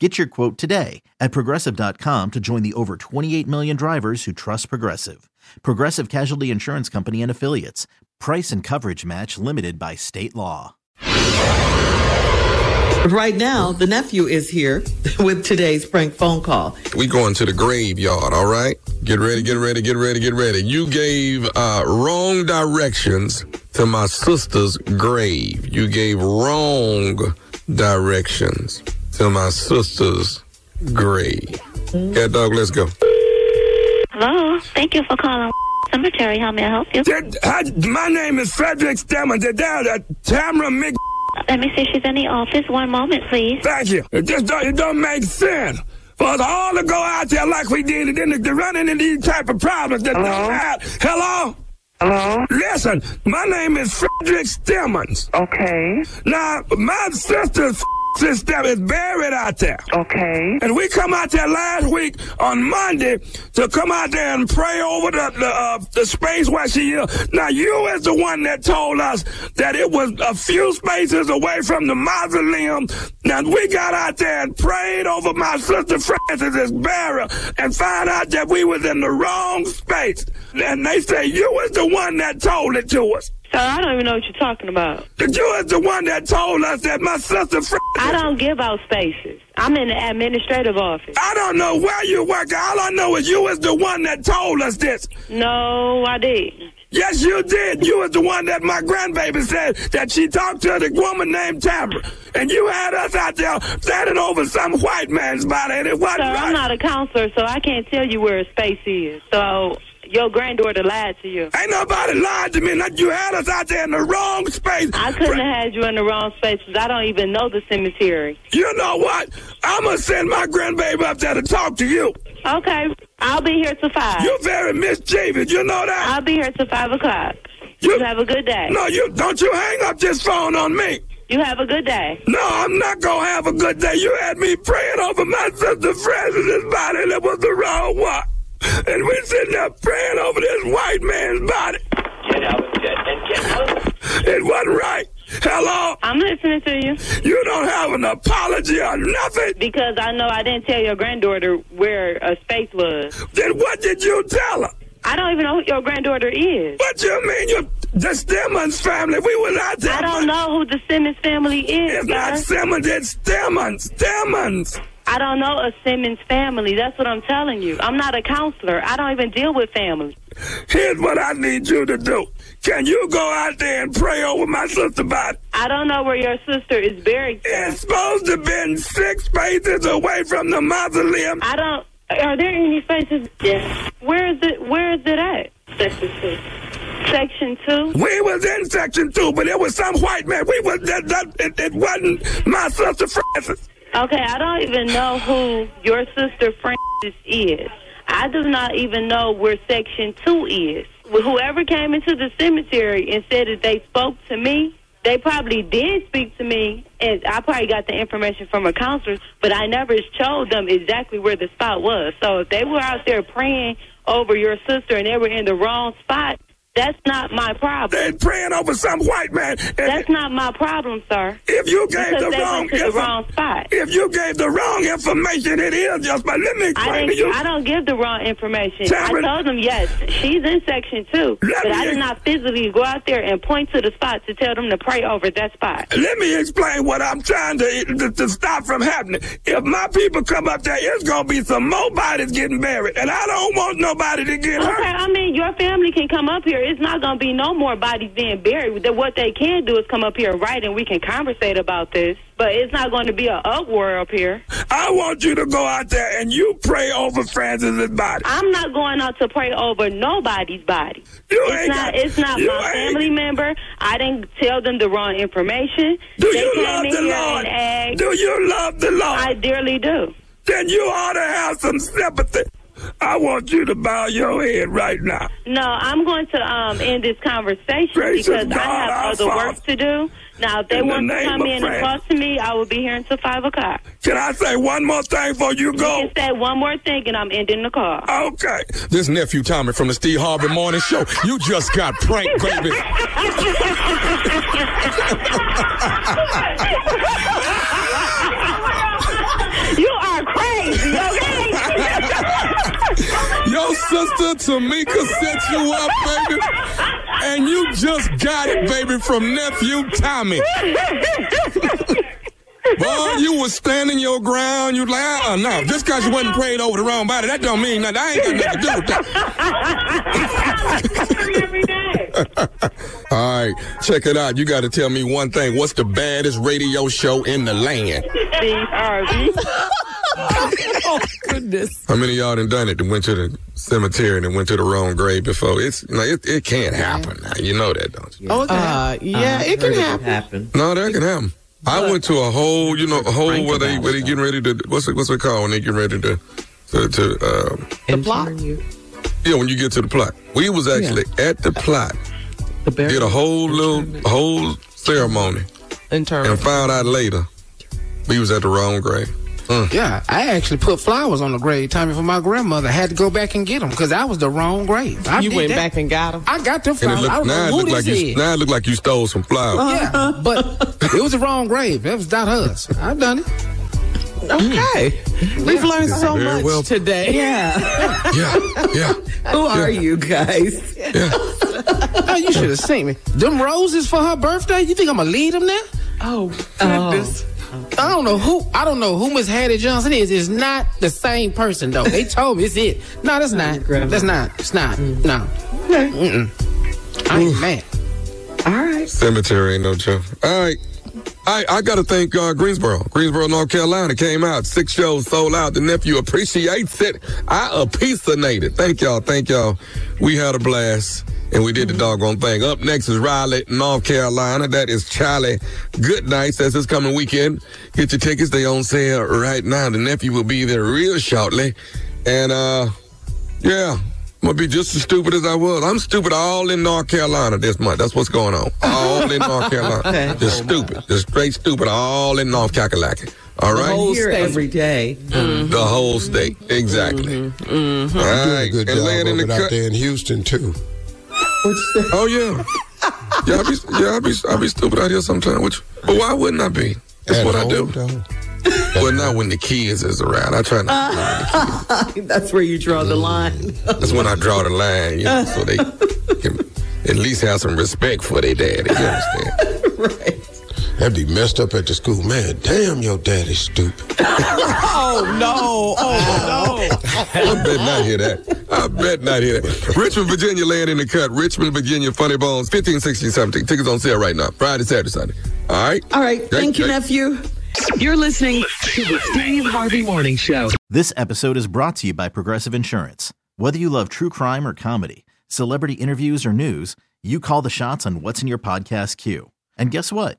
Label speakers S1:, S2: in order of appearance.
S1: Get your quote today at progressive.com to join the over 28 million drivers who trust Progressive. Progressive Casualty Insurance Company and Affiliates. Price and coverage match limited by state law.
S2: Right now, the nephew is here with today's prank phone call.
S3: We going to the graveyard, all right? Get ready, get ready, get ready, get ready. You gave uh, wrong directions to my sister's grave. You gave wrong directions to my sister's grave. Cat dog, let's go.
S4: Hello. Thank you for calling Cemetery. How may I help you?
S5: Did, I, my name is Frederick Stammer. Did that, uh, Tamara Mc...
S4: Let me see if she's in the office. One moment, please.
S5: Thank you. It just don't, it don't make sense for us all to go out there like we did and then to, to run into these type of problems that Hello? don't have. Hello?
S6: Hello?
S5: Listen, my name is Frederick Stemmons.
S6: Okay.
S5: Now, my sister's sister is buried out there.
S6: Okay.
S5: And we come out there last week on Monday to come out there and pray over the the, uh, the space where she is. Now you is the one that told us that it was a few spaces away from the mausoleum. Now we got out there and prayed over my sister Francis's burial and found out that we was in the wrong space. And they say you was the one that told it to us.
S6: I don't even know what you're talking about.
S5: You is the one that told us that my sister. Fr-
S6: I don't give out spaces. I'm in the administrative office.
S5: I don't know where you work. All I know is you is the one that told us this.
S6: No, I didn't.
S5: Yes, you did. You was the one that my grandbaby said that she talked to the woman named Tamara. And you had us out there standing over some white man's body, and it wasn't
S6: Sir, I'm
S5: right.
S6: not a counselor, so I can't tell you where a space is. So your granddaughter lied to you.
S5: Ain't nobody lied to me. Now, You had us out there in the wrong space.
S6: I couldn't have had you in the wrong space because I don't even know the cemetery.
S5: You know what? I'm going to send my grandbaby up there to talk to you.
S6: Okay, I'll be here till five.
S5: You're very mischievous. You know that?
S6: I'll be here till five o'clock.
S5: You-
S6: You, have a good day.
S5: no, you don't you hang up this phone on me.
S6: You have a good day.
S5: No, I'm not gonna have a good day. You had me praying over my sister Francis's body and it was the wrong one. And we sitting there praying over this white man's body. It wasn't right. Hello?
S6: I'm listening to you
S5: You don't have an apology or nothing.
S6: because I know I didn't tell your granddaughter where a space was.
S5: Then what did you tell her?
S6: I don't even know who your granddaughter is.
S5: What you mean you the Simmons family? We was out there.
S6: I don't know who the Simmons family is,
S5: It's not
S6: sir.
S5: Simmons, it's Simmons. Simmons.
S6: I don't know a Simmons family. That's what I'm telling you. I'm not a counselor. I don't even deal with families.
S5: Here's what I need you to do. Can you go out there and pray over my sister body?
S6: I don't know where your sister is buried. sir.
S5: It's supposed to been six spaces away from the mausoleum.
S6: I don't. Are there any spaces? Yes. Where is it? Where is it at? Section two. Section two.
S5: We was in section two, but it was some white man. We was that, that it, it wasn't my sister Francis.
S6: Okay, I don't even know who your sister Francis is. I do not even know where section two is. Whoever came into the cemetery and said that they spoke to me, they probably did speak to me, and I probably got the information from a counselor, but I never showed them exactly where the spot was. So if they were out there praying over your sister and they were in the wrong spot, That's not my problem.
S7: They praying over some white man. And
S6: That's not my problem, sir.
S7: if you gave
S6: Because
S7: the
S6: they
S7: wrong,
S6: went to the
S7: info-
S6: wrong spot.
S7: if you gave the wrong information, it is just. But let me
S6: I
S7: explain to you.
S6: didn't. I don't give the wrong information.
S7: Tamara-
S6: I told them yes, she's in section two,
S7: Let
S6: but I
S7: me-
S6: did not physically go out there and point to the spot to tell them to pray over that spot.
S7: Let me explain what I'm trying to, to, to stop from happening. If my people come up there, it's gonna be some more bodies getting buried, and I don't want nobody to get
S6: Okay,
S7: hurt.
S6: I mean your family can come up here. It's not gonna be no more bodies being buried. That What they can do is come up here and write, and we can conversate about this. But it's not going to be an uproar up here.
S7: I want you to go out there and you pray over Francis's body.
S6: I'm not going out to pray over nobody's body.
S7: You
S6: it's
S7: ain't
S6: not.
S7: got-
S6: it's not
S7: you
S6: my
S7: ain't-
S6: family member. I didn't tell them the wrong information.
S7: Do
S6: they
S7: you
S6: came
S7: love
S6: in
S7: the
S6: here
S7: Lord?
S6: and asked.
S7: Do you love the Lord?
S6: I dearly do.
S7: then you ought to have some sympathy. I want you to bow your head right now.
S6: No, I'm going to um, end this conversation
S7: Gracious
S6: because
S7: God,
S6: I
S7: our
S6: have other
S7: Father.
S6: work to do. Now, if they
S7: In the
S6: want to
S7: name
S6: come
S7: of
S6: in
S7: Christ.
S6: and talk to me, I will be here until five o'clock.
S7: Can I say one more thing before you go?
S6: You can say one more thing, and I'm ending the call.
S7: Okay.
S5: This nephew Tommy from the Steve Harvey Morning Show. You just got pranked, baby.
S6: You are crazy, okay?
S5: Your sister Tamika set you up, baby. And you just got it, baby, from nephew Tommy. Boy, you was standing your ground. You like, uh, no, just because you wasn't prayed over the wrong body, that don't mean nothing. I ain't got nothing to do with that.
S6: Every day.
S5: All right, check it out. You got to tell me one thing. What's the baddest radio show in the land?
S6: Steve Harvey.
S8: Goodness.
S5: How many of y'all done done it? That went to the cemetery and then went to the wrong grave before? It's no, it, it can't happen. Now. You know that, don't you?
S8: Uh, yeah, it can happen.
S5: No, that can happen. I went to a whole, you know, a whole
S9: Frank
S5: where they
S9: about
S5: where they
S9: it,
S5: getting ready to what's it what's it called when they getting ready to to, to uh,
S8: The block.
S5: yeah when you get to the plot. We was actually at the plot,
S8: The bear.
S5: did a whole little whole ceremony, and found out later we was at the wrong grave.
S9: Yeah, I actually put flowers on the grave, Tommy, for my grandmother. I had to go back and get them because I was the wrong grave. I
S8: You
S9: did
S8: went
S9: that.
S8: back and got him.
S9: I got them
S5: And it
S9: flowers.
S5: looked,
S9: I don't
S5: now
S9: know
S5: it
S9: who
S5: looked like
S9: this
S5: you
S9: is.
S5: now it looked like you stole some flowers.
S9: yeah, but it was the wrong grave. That was not hers. I've done it.
S8: Okay. Mm. We've learned so
S5: Very
S8: much
S5: well.
S8: today.
S2: Yeah.
S9: Uh-huh.
S5: Yeah, yeah,
S2: Who are you guys?
S5: yeah.
S9: Oh, you should have seen me. Them roses for her birthday. You think I'm gonna leave them there?
S2: Oh, goodness.
S9: I don't know who I don't know who Miss Hattie Johnson is. It's not the same person though. They told me it's it. No, that's not.
S2: grandma.
S9: That's not. It's not. No.
S2: Okay.
S9: Mm-mm. I ain't mad.
S2: All right.
S5: Cemetery ain't no joke. All right. I, I gotta thank uh, Greensboro, Greensboro, North Carolina. Came out six shows sold out. The nephew appreciates it. I appreciated. Thank y'all, thank y'all. We had a blast and we did the doggone thing. Up next is Raleigh, North Carolina. That is Charlie Goodnight. That's this coming weekend. Get your tickets. They on sale right now. The nephew will be there real shortly. And uh, yeah. I'm gonna be just as stupid as I was. I'm stupid all in North Carolina this month. That's what's going on. All in North Carolina. Just stupid. Just straight stupid. All in North Kakalaki. All right?
S8: whole
S2: Here
S8: state. Mm-hmm.
S2: every day.
S5: The whole state. Exactly. All right.
S10: Good
S5: and
S10: job
S5: laying in
S10: of
S5: the
S10: it out
S5: cut.
S10: there in Houston too.
S5: Oh, yeah. yeah, I be, yeah, I be, I be stupid out here sometimes. Which, but why wouldn't I be? That's
S10: At
S5: what I
S10: home,
S5: do.
S10: though.
S5: Well, not when the kids is around. I try not.
S2: That's where you draw the line.
S5: That's when I draw the line, you know, so they can at least have some respect for their daddy. You understand?
S10: That'd be messed up at the school. Man, damn, your daddy's stupid.
S8: Oh, no. Oh, no.
S5: I bet not hear that. I bet not hear that. Richmond, Virginia, land in the cut. Richmond, Virginia, Funny Bones, fifteen sixteen something. Tickets on sale right now. Friday, Saturday, Sunday. All right.
S2: All right. Thank you,
S5: Okay.
S2: nephew. You're listening to the Steve Harvey Morning Show.
S1: This episode is brought to you by Progressive Insurance. Whether you love true crime or comedy, celebrity interviews or news, you call the shots on what's in your podcast queue. And guess what?